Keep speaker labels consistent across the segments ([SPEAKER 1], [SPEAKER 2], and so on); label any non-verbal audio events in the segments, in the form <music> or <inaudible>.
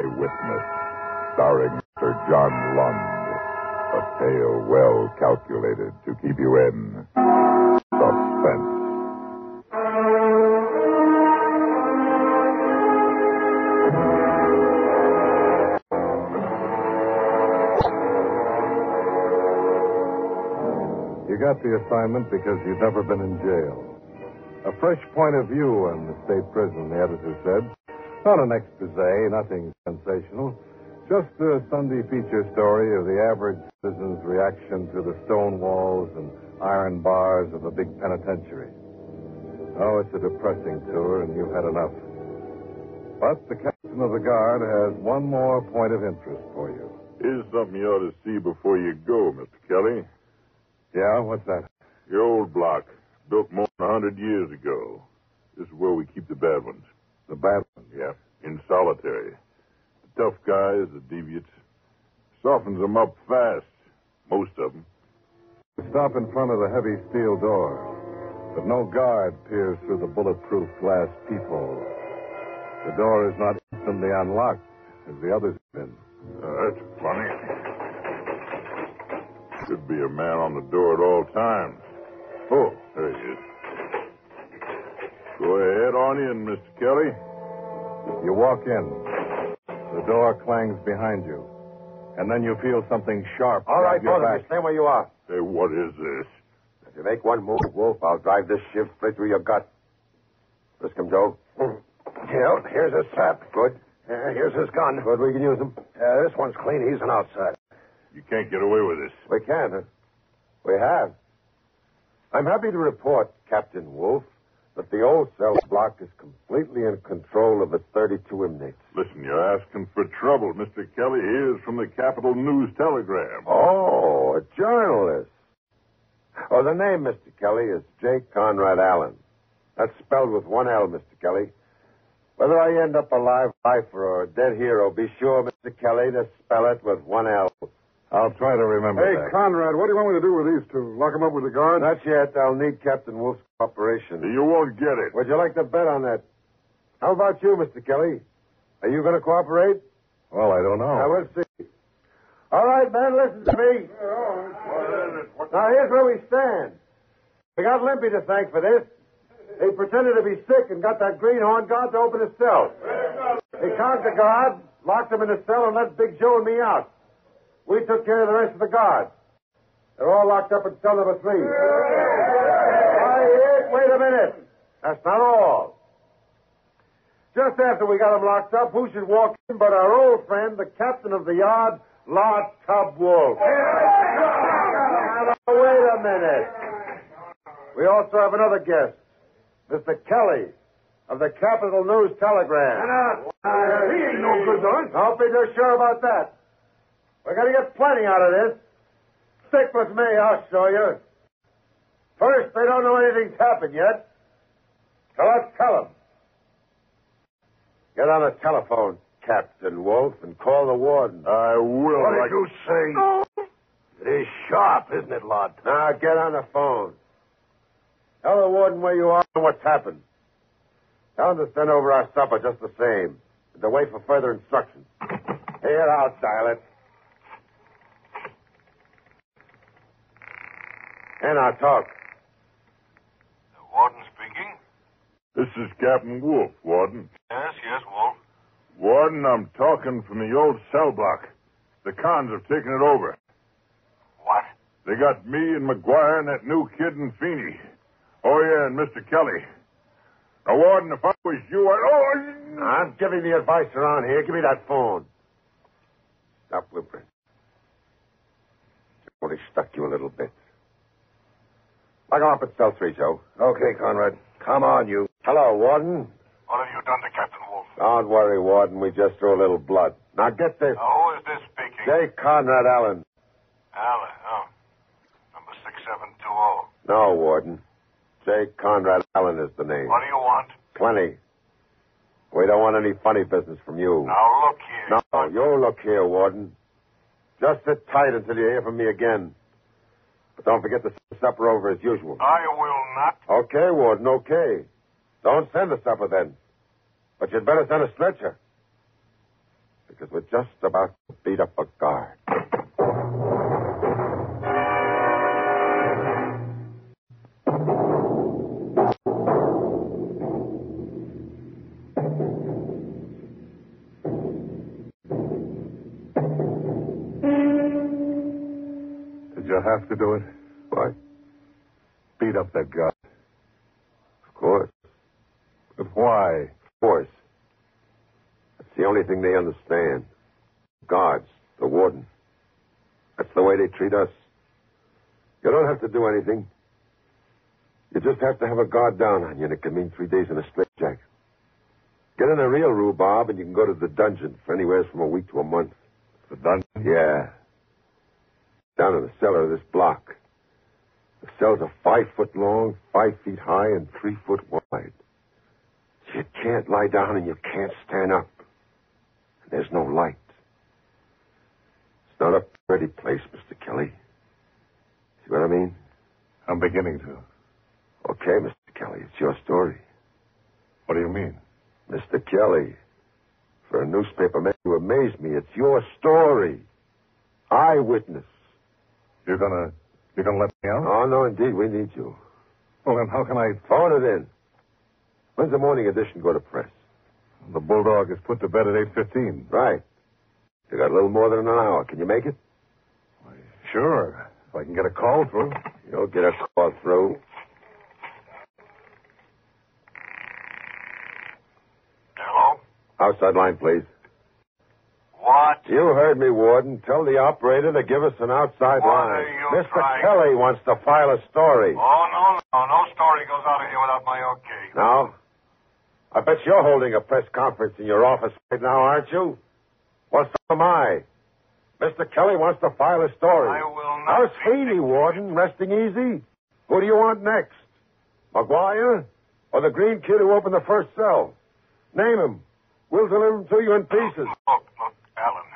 [SPEAKER 1] Eyewitness, starring Mr. John Lund. A tale well calculated to keep you in suspense.
[SPEAKER 2] You got the assignment because you've never been in jail. A fresh point of view on the state prison, the editor said. Not an expose, nothing sensational. Just a Sunday feature story of the average citizen's reaction to the stone walls and iron bars of a big penitentiary. Oh, it's a depressing tour, and you've had enough. But the captain of the guard has one more point of interest for you.
[SPEAKER 1] Here's something you ought to see before you go, Mr. Kelly.
[SPEAKER 2] Yeah, what's that?
[SPEAKER 1] Your old block, built more than a hundred years ago. This is where we keep the bad ones.
[SPEAKER 2] The bat.
[SPEAKER 1] Yeah, in solitary. The tough guys, the deviates, softens them up fast. Most of them.
[SPEAKER 2] We stop in front of the heavy steel door, but no guard peers through the bulletproof glass peephole. The door is not instantly unlocked, as the others have been.
[SPEAKER 1] that's funny. Should be a man on the door at all times. Oh, there he is. Go ahead on in, Mr. Kelly.
[SPEAKER 2] You walk in. The door clangs behind you, and then you feel something sharp.
[SPEAKER 3] All right,
[SPEAKER 2] grab your
[SPEAKER 3] both of you,
[SPEAKER 2] back.
[SPEAKER 3] stay where you are.
[SPEAKER 1] Hey, what is this?
[SPEAKER 3] If you make one move, Wolf, I'll drive this shiv straight through your gut. Briscom Joe. Yeah, here's his sap. Good. Uh, here's his gun. Good, we can use him. Uh, this one's clean. He's an outside.
[SPEAKER 1] You can't get away with this.
[SPEAKER 3] We can. Huh? We have. I'm happy to report, Captain Wolf, that the old cell block is completely in control of the 32 inmates.
[SPEAKER 1] Listen, you're asking for trouble, Mr. Kelly. Here's from the Capital News Telegram.
[SPEAKER 3] Oh, a journalist. Oh, the name, Mr. Kelly, is J. Conrad Allen. That's spelled with one L, Mr. Kelly. Whether I end up a live lifer or a dead hero, be sure, Mr. Kelly, to spell it with one L.
[SPEAKER 2] I'll try to remember
[SPEAKER 4] Hey,
[SPEAKER 2] that.
[SPEAKER 4] Conrad, what do you want me to do with these two? Lock them up with the guards?
[SPEAKER 3] Not yet. I'll need Captain Wolf's cooperation.
[SPEAKER 1] You won't get it.
[SPEAKER 3] Would you like to bet on that? How about you, Mr. Kelly? Are you going to cooperate?
[SPEAKER 2] well, I don't
[SPEAKER 3] Now,
[SPEAKER 2] know.
[SPEAKER 3] we'll see. All right, men, listen to me. Now, here's where we stand. We got Limpy to thank for this. He pretended to be sick and got that greenhorn guard to open his cell. He conked the guard, locked him in his cell, and let Big Joe and me out. We took care of the rest of the guard. They're all locked up in cell number three. Why, it- wait a minute. That's not all. Just after we got him locked up, who should walk in but our old friend, the captain of the yard, Lord Tub Wolf. Now, wait a minute. We also have another guest, Mr. Kelly of the Capital News Telegram.
[SPEAKER 4] he ain't no good to us.
[SPEAKER 3] Don't be too sure about that. We're going to get plenty out of this. Stick with me, I'll show you. First, they don't know anything's happened yet. So let's tell them. Get on the telephone, Captain Wolf, and call the warden.
[SPEAKER 1] I will.
[SPEAKER 3] What did
[SPEAKER 1] like...
[SPEAKER 3] you say? It is sharp, isn't it, Lord? Now get on the phone. Tell the warden where you are and what's happened. Tell him to send over our supper just the same. And to wait for further instructions. Here, I'll dial it. And I'll talk.
[SPEAKER 5] The warden speaking.
[SPEAKER 1] This is Captain Wolf, Warden.
[SPEAKER 5] Yes, yes, Wolf.
[SPEAKER 1] Warden, I'm talking from the old cell block. The cons have taken it over.
[SPEAKER 5] What?
[SPEAKER 1] They got me and McGuire and that new kid and Feeney. Oh, yeah, and Mr. Kelly. Now, Warden, if I was you, I... Oh, I-
[SPEAKER 3] I'm giving the advice around here. Give me that phone. Stop whimpering. It only stuck you a little bit. Lock him up at cell three, Joe. Okay, Conrad. Come on, you. Hello, Warden.
[SPEAKER 5] What have you done to Captain Wolf?
[SPEAKER 3] Don't worry, Warden. We just drew a little blood. Now get this.
[SPEAKER 5] Who is this speaking?
[SPEAKER 3] J. Conrad Allen.
[SPEAKER 5] Allen, oh. Number 6720.
[SPEAKER 3] No, Warden. J. Conrad Allen is the name.
[SPEAKER 5] What do you want?
[SPEAKER 3] Plenty. We don't want any funny business from you.
[SPEAKER 5] Now look here.
[SPEAKER 3] No, you look here, Warden. Just sit tight until you hear from me again. But don't forget to send the supper over as usual.
[SPEAKER 5] I will not.
[SPEAKER 3] Okay, Warden, okay. Don't send the supper then. But you'd better send a stretcher. The because we're just about to beat up a guard.
[SPEAKER 2] Did you have to do it?
[SPEAKER 3] Why,
[SPEAKER 2] Beat up that guy.
[SPEAKER 3] of course,
[SPEAKER 2] But why?
[SPEAKER 3] of course. That's the only thing they understand. Guards, the warden. That's the way they treat us. You don't have to do anything. You just have to have a guard down on you, and it can mean three days in a straitjacket. Get in a real rhubarb, and you can go to the dungeon for anywhere from a week to a month.
[SPEAKER 2] The dungeon?
[SPEAKER 3] Yeah. Down in the cellar of this block. The cells are five foot long, five feet high, and three foot wide. So you can't lie down and you can't stand up. And there's no light. It's not a pretty place, Mr. Kelly. See what I mean?
[SPEAKER 2] I'm beginning to.
[SPEAKER 3] Okay, Mr. Kelly, it's your story.
[SPEAKER 2] What do you mean?
[SPEAKER 3] Mr. Kelly, for a newspaper man, you amaze me. It's your story. Eyewitness.
[SPEAKER 2] You're gonna you're gonna let me out?
[SPEAKER 3] Oh, no, indeed, we need you.
[SPEAKER 2] Well then how can I
[SPEAKER 3] Phone it in. When's the morning edition go to press?
[SPEAKER 2] the bulldog is put to bed at eight fifteen?
[SPEAKER 3] Right. You got a little more than an hour. Can you make it?
[SPEAKER 2] Sure. If I can get a call through.
[SPEAKER 3] You'll get a call through.
[SPEAKER 6] Hello?
[SPEAKER 3] Outside line, please.
[SPEAKER 6] What?
[SPEAKER 3] You heard me, Warden. Tell the operator to give us an outside line.
[SPEAKER 6] What are you
[SPEAKER 3] Mr.
[SPEAKER 6] trying-
[SPEAKER 3] Kelly wants to file a story.
[SPEAKER 6] Oh, no, no. No story goes out of here without my okay.
[SPEAKER 3] Now, I bet you're holding a press conference in your office right now, aren't you? What's am I? Mr. Kelly wants to file a story.
[SPEAKER 6] I will not.
[SPEAKER 3] How's Haney, Warden? Resting easy? Who do you want next? McGuire? Or the green kid who opened the first cell? Name him. We'll deliver him to you in pieces.
[SPEAKER 6] Look, look, Alan.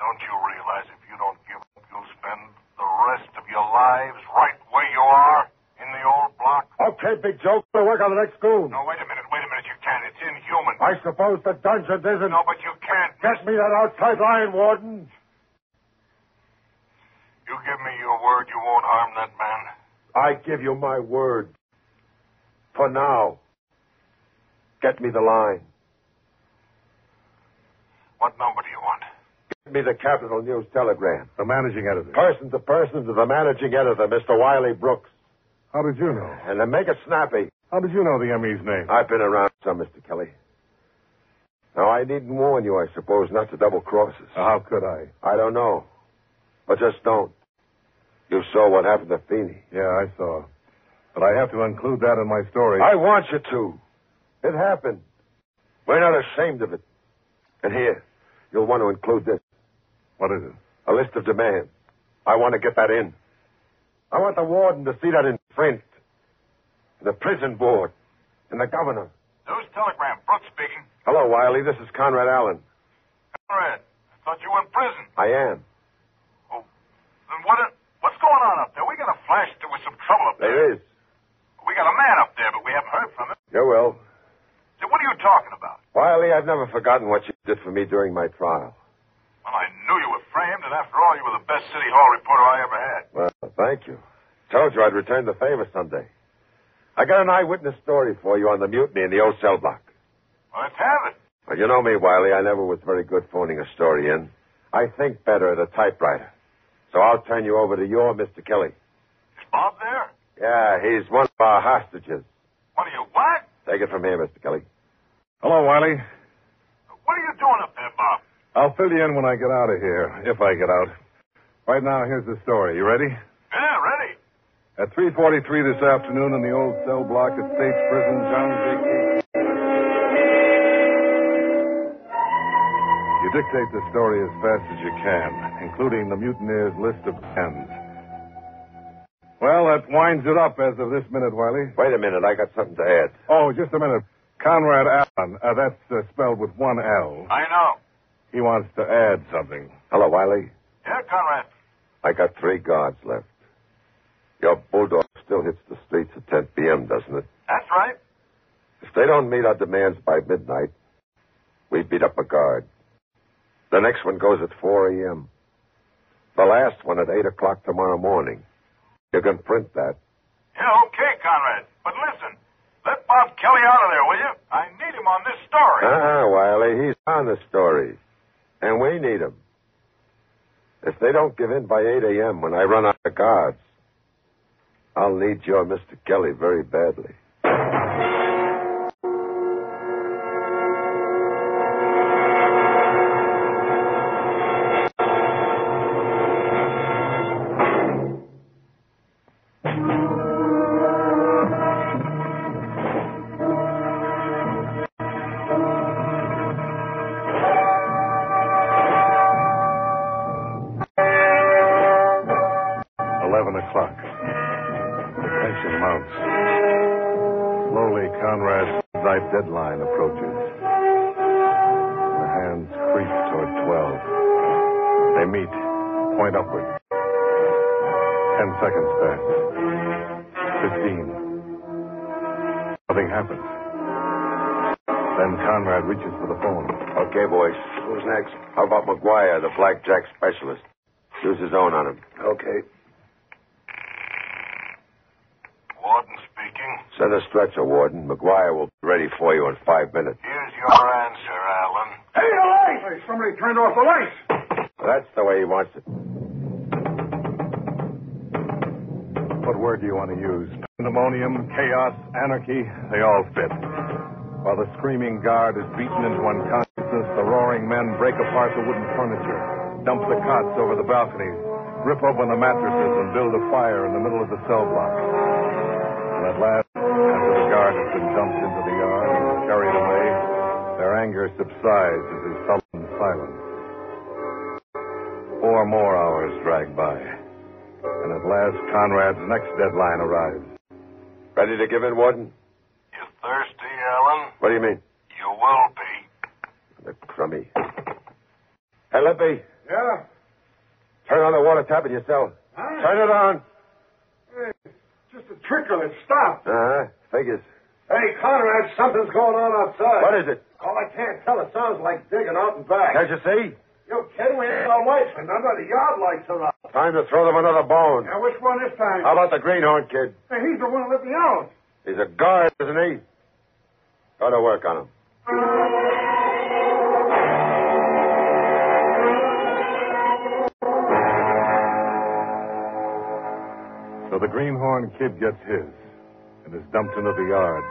[SPEAKER 6] Don't you realize if you don't give up, you'll spend the rest of your lives right where you are in the old block?
[SPEAKER 3] Okay, big joke. We'll work on the next goon.
[SPEAKER 6] No, wait a minute. Wait a minute. You can't. It's inhuman.
[SPEAKER 3] I suppose the dungeon isn't.
[SPEAKER 6] No, but you can't.
[SPEAKER 3] Get me that outside line, Warden.
[SPEAKER 6] You give me your word you won't harm that man.
[SPEAKER 3] I give you my word. For now. Get me the line.
[SPEAKER 6] What number do you want?
[SPEAKER 3] Get me the Capitol News Telegram.
[SPEAKER 2] The managing editor.
[SPEAKER 3] Person to person to the managing editor, Mr. Wiley Brooks.
[SPEAKER 2] How did you know?
[SPEAKER 3] And then make it snappy.
[SPEAKER 2] How did you know the ME's name?
[SPEAKER 3] I've been around some, Mr. Kelly. Now, I needn't warn you, I suppose, not to double cross us.
[SPEAKER 2] Uh, How could I?
[SPEAKER 3] I don't know. But just don't. You saw what happened to Feeney.
[SPEAKER 2] Yeah, I saw. But I have to include that in my story.
[SPEAKER 3] I want you to. It happened. We're not ashamed of it. And here, you'll want to include this
[SPEAKER 2] What is it?
[SPEAKER 3] a list of demands. I want to get that in. I want the warden to see that in print. And the prison board. And the governor.
[SPEAKER 6] News telegram. Brooks speaking.
[SPEAKER 3] Hello, Wiley. This is Conrad Allen.
[SPEAKER 6] Conrad, I thought you were in prison.
[SPEAKER 3] I am.
[SPEAKER 6] Oh, then what? What's going on up there? We got a flash there was some trouble up there.
[SPEAKER 3] There is.
[SPEAKER 6] We got a man up there, but we haven't heard from him.
[SPEAKER 3] You will.
[SPEAKER 6] So what are you talking about?
[SPEAKER 3] Wiley, I've never forgotten what you did for me during my trial.
[SPEAKER 6] Well, I knew you were framed, and after all, you were the best city hall reporter I ever had.
[SPEAKER 3] Well, thank you. Told you I'd return the favor someday. I got an eyewitness story for you on the mutiny in the old cell block.
[SPEAKER 6] Well, let's have it.
[SPEAKER 3] Well, you know me, Wiley. I never was very good phoning a story in. I think better at a typewriter. So I'll turn you over to your Mr. Kelly.
[SPEAKER 6] Is Bob there?
[SPEAKER 3] Yeah, he's one of our hostages.
[SPEAKER 6] What are you? What?
[SPEAKER 3] Take it from here, Mr. Kelly.
[SPEAKER 2] Hello, Wiley.
[SPEAKER 6] What are you doing up there, Bob?
[SPEAKER 2] I'll fill you in when I get out of here, if I get out. Right now, here's the story. You ready?
[SPEAKER 6] Yeah, ready.
[SPEAKER 2] At 3.43 this afternoon in the old cell block at State's Prison, John Jake... You dictate the story as fast as you can, including the mutineers' list of ends. Well, that winds it up as of this minute, Wiley.
[SPEAKER 3] Wait a minute. I got something to add.
[SPEAKER 2] Oh, just a minute. Conrad Allen, uh, that's uh, spelled with one L.
[SPEAKER 6] I know.
[SPEAKER 2] He wants to add something.
[SPEAKER 3] Hello, Wiley.
[SPEAKER 6] Yeah, Conrad.
[SPEAKER 3] I got three guards left. Your bulldog still hits the streets at 10 p.m., doesn't it?
[SPEAKER 6] That's right.
[SPEAKER 3] If they don't meet our demands by midnight, we beat up a guard. The next one goes at 4 a.m. The last one at 8 o'clock tomorrow morning. You can print that.
[SPEAKER 6] Yeah, okay, Conrad. But listen, let Bob Kelly out of there, will you? I need him on this story.
[SPEAKER 3] Uh-uh, Wiley. He's on the story. And we need him. If they don't give in by 8 a.m. when I run out of guards, I'll need your Mr. Kelly very badly.
[SPEAKER 2] Eleven o'clock. Tension mounts. Slowly, Conrad's night deadline approaches. The hands creep toward twelve. They meet, point upward. Ten seconds pass. Fifteen. Nothing happens. Then Conrad reaches for the phone.
[SPEAKER 3] Okay, boys. Who's next? How about McGuire, the blackjack specialist? Use his own on him.
[SPEAKER 2] Okay.
[SPEAKER 6] Warden speaking.
[SPEAKER 3] Send a stretcher, Warden. McGuire will be ready for you in five minutes.
[SPEAKER 6] Here's your answer, Alan.
[SPEAKER 7] Hey, the lights! Hey, somebody turned off the lights.
[SPEAKER 3] That's the way he wants it.
[SPEAKER 2] What word do you want to use? Pandemonium, chaos, anarchy, they all fit. While the screaming guard is beaten into unconsciousness, the roaring men break apart the wooden furniture, dump the cots over the balconies, rip open the mattresses, and build a fire in the middle of the cell block. And at last, after the guard has been dumped into the yard and carried away, their anger subsides as is sullen silence. Four more hours drag by. And at last, Conrad's next deadline arrives.
[SPEAKER 3] Ready to give in, Warden?
[SPEAKER 6] You thirsty, Alan?
[SPEAKER 3] What do you mean?
[SPEAKER 6] You will be.
[SPEAKER 3] The crummy. Hey, Lippy,
[SPEAKER 7] Yeah?
[SPEAKER 3] turn on the water tap in your cell.
[SPEAKER 7] Huh?
[SPEAKER 3] Turn it on.
[SPEAKER 7] Hey, just a trickle. It stopped.
[SPEAKER 3] Uh-huh. Figures.
[SPEAKER 8] Hey, Conrad, something's going on outside.
[SPEAKER 3] What is it?
[SPEAKER 8] Oh, I can't tell. It sounds like digging out and back.
[SPEAKER 3] Can't you see?
[SPEAKER 8] You kidding? We ain't no lights, and none of the yard lights are out.
[SPEAKER 3] Time to throw them another bone.
[SPEAKER 7] Now, which one this time?
[SPEAKER 3] How about the greenhorn kid?
[SPEAKER 7] Hey, he's the one that let me out.
[SPEAKER 3] He's a guard, isn't he? Go to work on him.
[SPEAKER 2] So the greenhorn kid gets his and is dumped into the yard.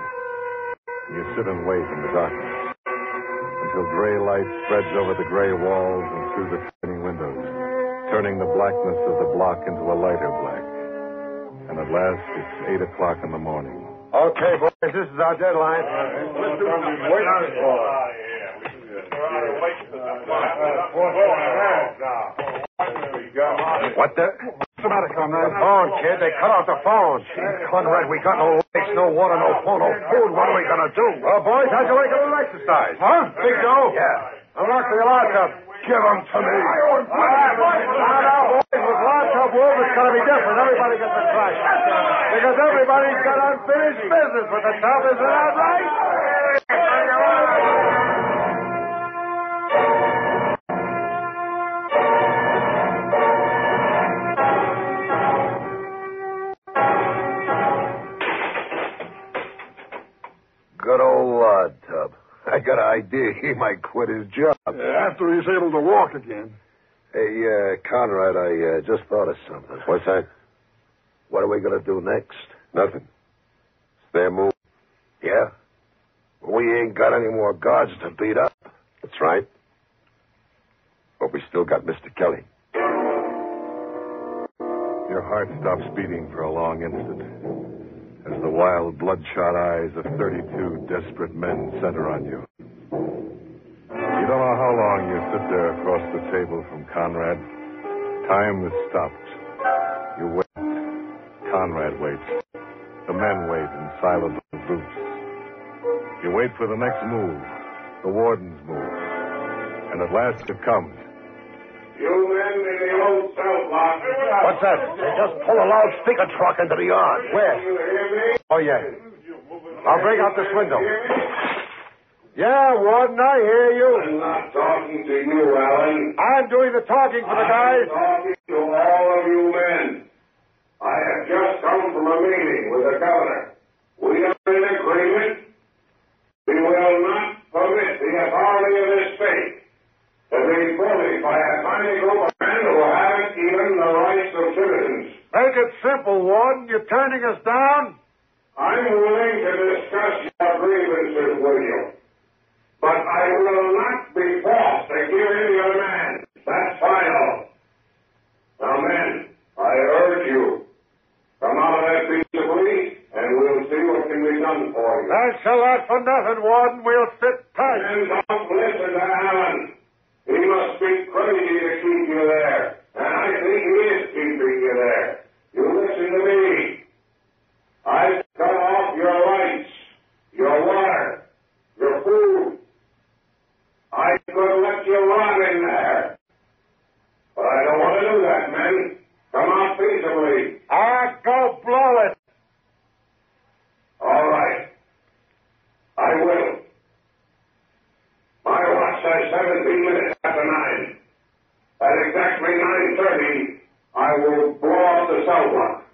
[SPEAKER 2] And you sit and wait in the darkness until gray light spreads over the gray walls and through the tiny windows, turning the blackness of the block into a lighter black. And at last, it's eight o'clock in the morning.
[SPEAKER 3] Okay, boys, this is our deadline.
[SPEAKER 7] Let's do something. Wait on it for.
[SPEAKER 3] What the?
[SPEAKER 7] What's the matter, Conrad?
[SPEAKER 3] Phone, kid. They cut off the phone. Conrad, we got no lights, no water, no phone, no food. What are we going to do? Well, boys, how'd you like a little exercise? Huh? Big Joe? Yeah. Unlock the alarm up. Give them to me. Now, now, boys, with lots of wolf, it's going to be different. Everybody gets a crack. Because everybody's got unfinished business with the top, isn't that right?
[SPEAKER 2] Good old Lod Tub. I got an idea he might quit his job.
[SPEAKER 7] After he's able to walk again.
[SPEAKER 2] Hey, uh, Conrad, I uh, just thought of something.
[SPEAKER 3] What's that?
[SPEAKER 2] What are we going to do next?
[SPEAKER 3] Nothing. It's their move.
[SPEAKER 2] Yeah? We ain't got any more guards to beat up.
[SPEAKER 3] That's right. But we still got Mr. Kelly.
[SPEAKER 2] Your heart stops beating for a long instant as the wild, bloodshot eyes of 32 desperate men center on you. You don't know how long you sit there across the table from Conrad. Time has stopped. You wait. Conrad waits. The men wait in silent little groups. You wait for the next move, the warden's move. And at last it comes.
[SPEAKER 7] You men in the old cell block.
[SPEAKER 3] What's that? They just pull a loudspeaker truck into the yard. Where?
[SPEAKER 7] You hear me?
[SPEAKER 3] Oh, yeah. I'll break out this window.
[SPEAKER 8] Yeah, Warden, I hear you.
[SPEAKER 7] I'm not talking to you, Alan.
[SPEAKER 8] I'm doing the talking for the
[SPEAKER 7] I'm
[SPEAKER 8] guys.
[SPEAKER 7] talking to all of you men. I have just come from a meeting with the governor. We are in agreement. We will not permit the authority of this state to be bullied by a tiny group of men who haven't even the rights of citizens.
[SPEAKER 8] Make it simple, Warden. You're turning us down?
[SPEAKER 7] I'm willing to discuss your grievances with you, but I will not be forced to give in your demand. That's final. Now, men, I urge you, come out of that peaceably, and we'll see what can be done for you.
[SPEAKER 8] Thanks a lot for nothing, Warden. We'll sit tight.
[SPEAKER 7] Men, don't listen to Alan. He must be crazy to keep you there, and I think he is keeping you there. You listen to me. I've cut off your lights, your water, your food. I could let you rot in there. But I don't want to do that, men. Come out peaceably.
[SPEAKER 8] Ah, go blow it.
[SPEAKER 7] All right. I will. My watch says 17 minutes after 9. At exactly 9.30, I will blow off the cell block.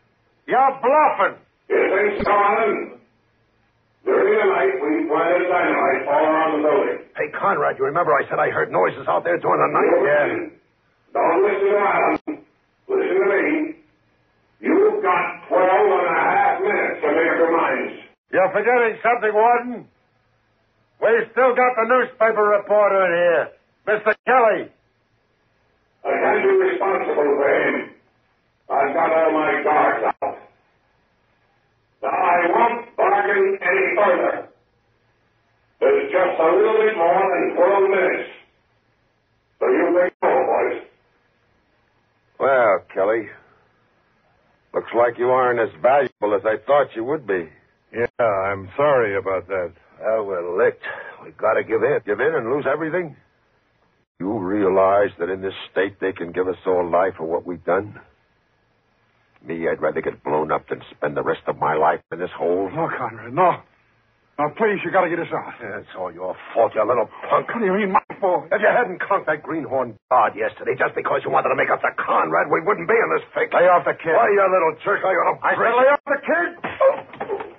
[SPEAKER 8] You're bluffing.
[SPEAKER 7] You think so, Alan? During the night, we planted dynamite all around the building.
[SPEAKER 3] Hey, Conrad, you remember I said I heard noises out there during the night?
[SPEAKER 7] Don't listen to Alan. Listen to me. You've got 12 and a half minutes to make up your minds.
[SPEAKER 8] You're forgetting something, Warden. We've still got the newspaper reporter in here, Mr. Kelly.
[SPEAKER 7] I can't be responsible for him. I've got all my guards out. Now, I won't bargain any further. There's just a little bit more than 12 minutes. So you may go, boys.
[SPEAKER 3] Well, Kelly, looks like you aren't as valuable as I thought you would be.
[SPEAKER 2] Yeah, I'm sorry about that.
[SPEAKER 3] Uh, Well, we're licked. We've got to give in. Give in and lose everything? You realize that in this state they can give us all life for what we've done? Me, I'd rather get blown up than spend the rest of my life in this hole.
[SPEAKER 9] No, Conrad, no. Now, please, you gotta get us out.
[SPEAKER 3] It's all your fault, you little punk.
[SPEAKER 9] What do you mean, my fault?
[SPEAKER 3] If you hadn't conked that greenhorn guard yesterday just because you wanted to make up to Conrad, we wouldn't be in this fix. Lay off the kid. Why, you little jerk, I ought to... I said lay off the kid!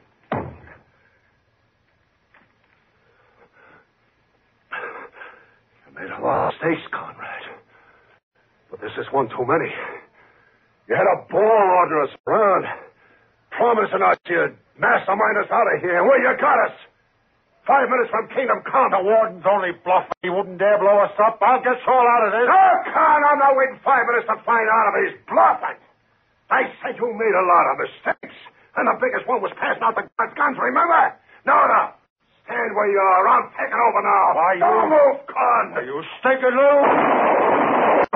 [SPEAKER 3] You made a lot of mistakes, Conrad. But this is one too many. You had a ball order us around, promising us you'd mastermind us out of here. Well, you got us. Five minutes from Kingdom Come.
[SPEAKER 8] The warden's only bluffing. He wouldn't dare blow us up. I'll get you all out of this.
[SPEAKER 3] Oh, Con, I'm not waiting five minutes to find out if he's bluffing. I said you made a lot of mistakes, and the biggest one was passing out the guns, guns remember? No, no. Stand where you are. I'm taking over now.
[SPEAKER 8] Why, you-
[SPEAKER 3] Don't move, Con.
[SPEAKER 8] You stinking little...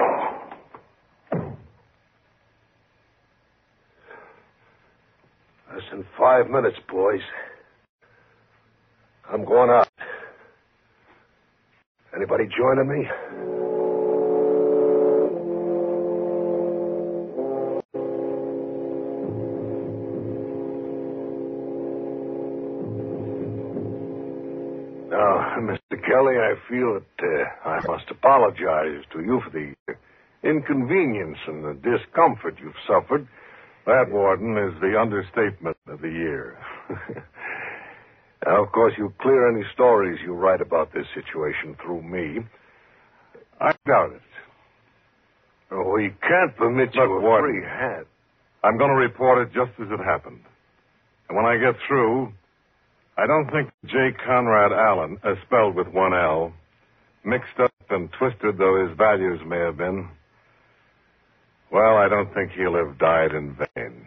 [SPEAKER 3] Less than five minutes, boys. I'm going out. Anybody joining me?
[SPEAKER 2] Now, <laughs> Mr. Kelly, I feel that uh, I must apologize to you for the uh, inconvenience and the discomfort you've suffered. That, Warden, is the understatement of the year. <laughs> now, of course, you clear any stories you write about this situation through me. I doubt it. We can't permit you a free hand. I'm going to report it just as it happened. And when I get through, I don't think J. Conrad Allen, uh, spelled with one L, mixed up and twisted though his values may have been, well, I don't think he'll have died in vain.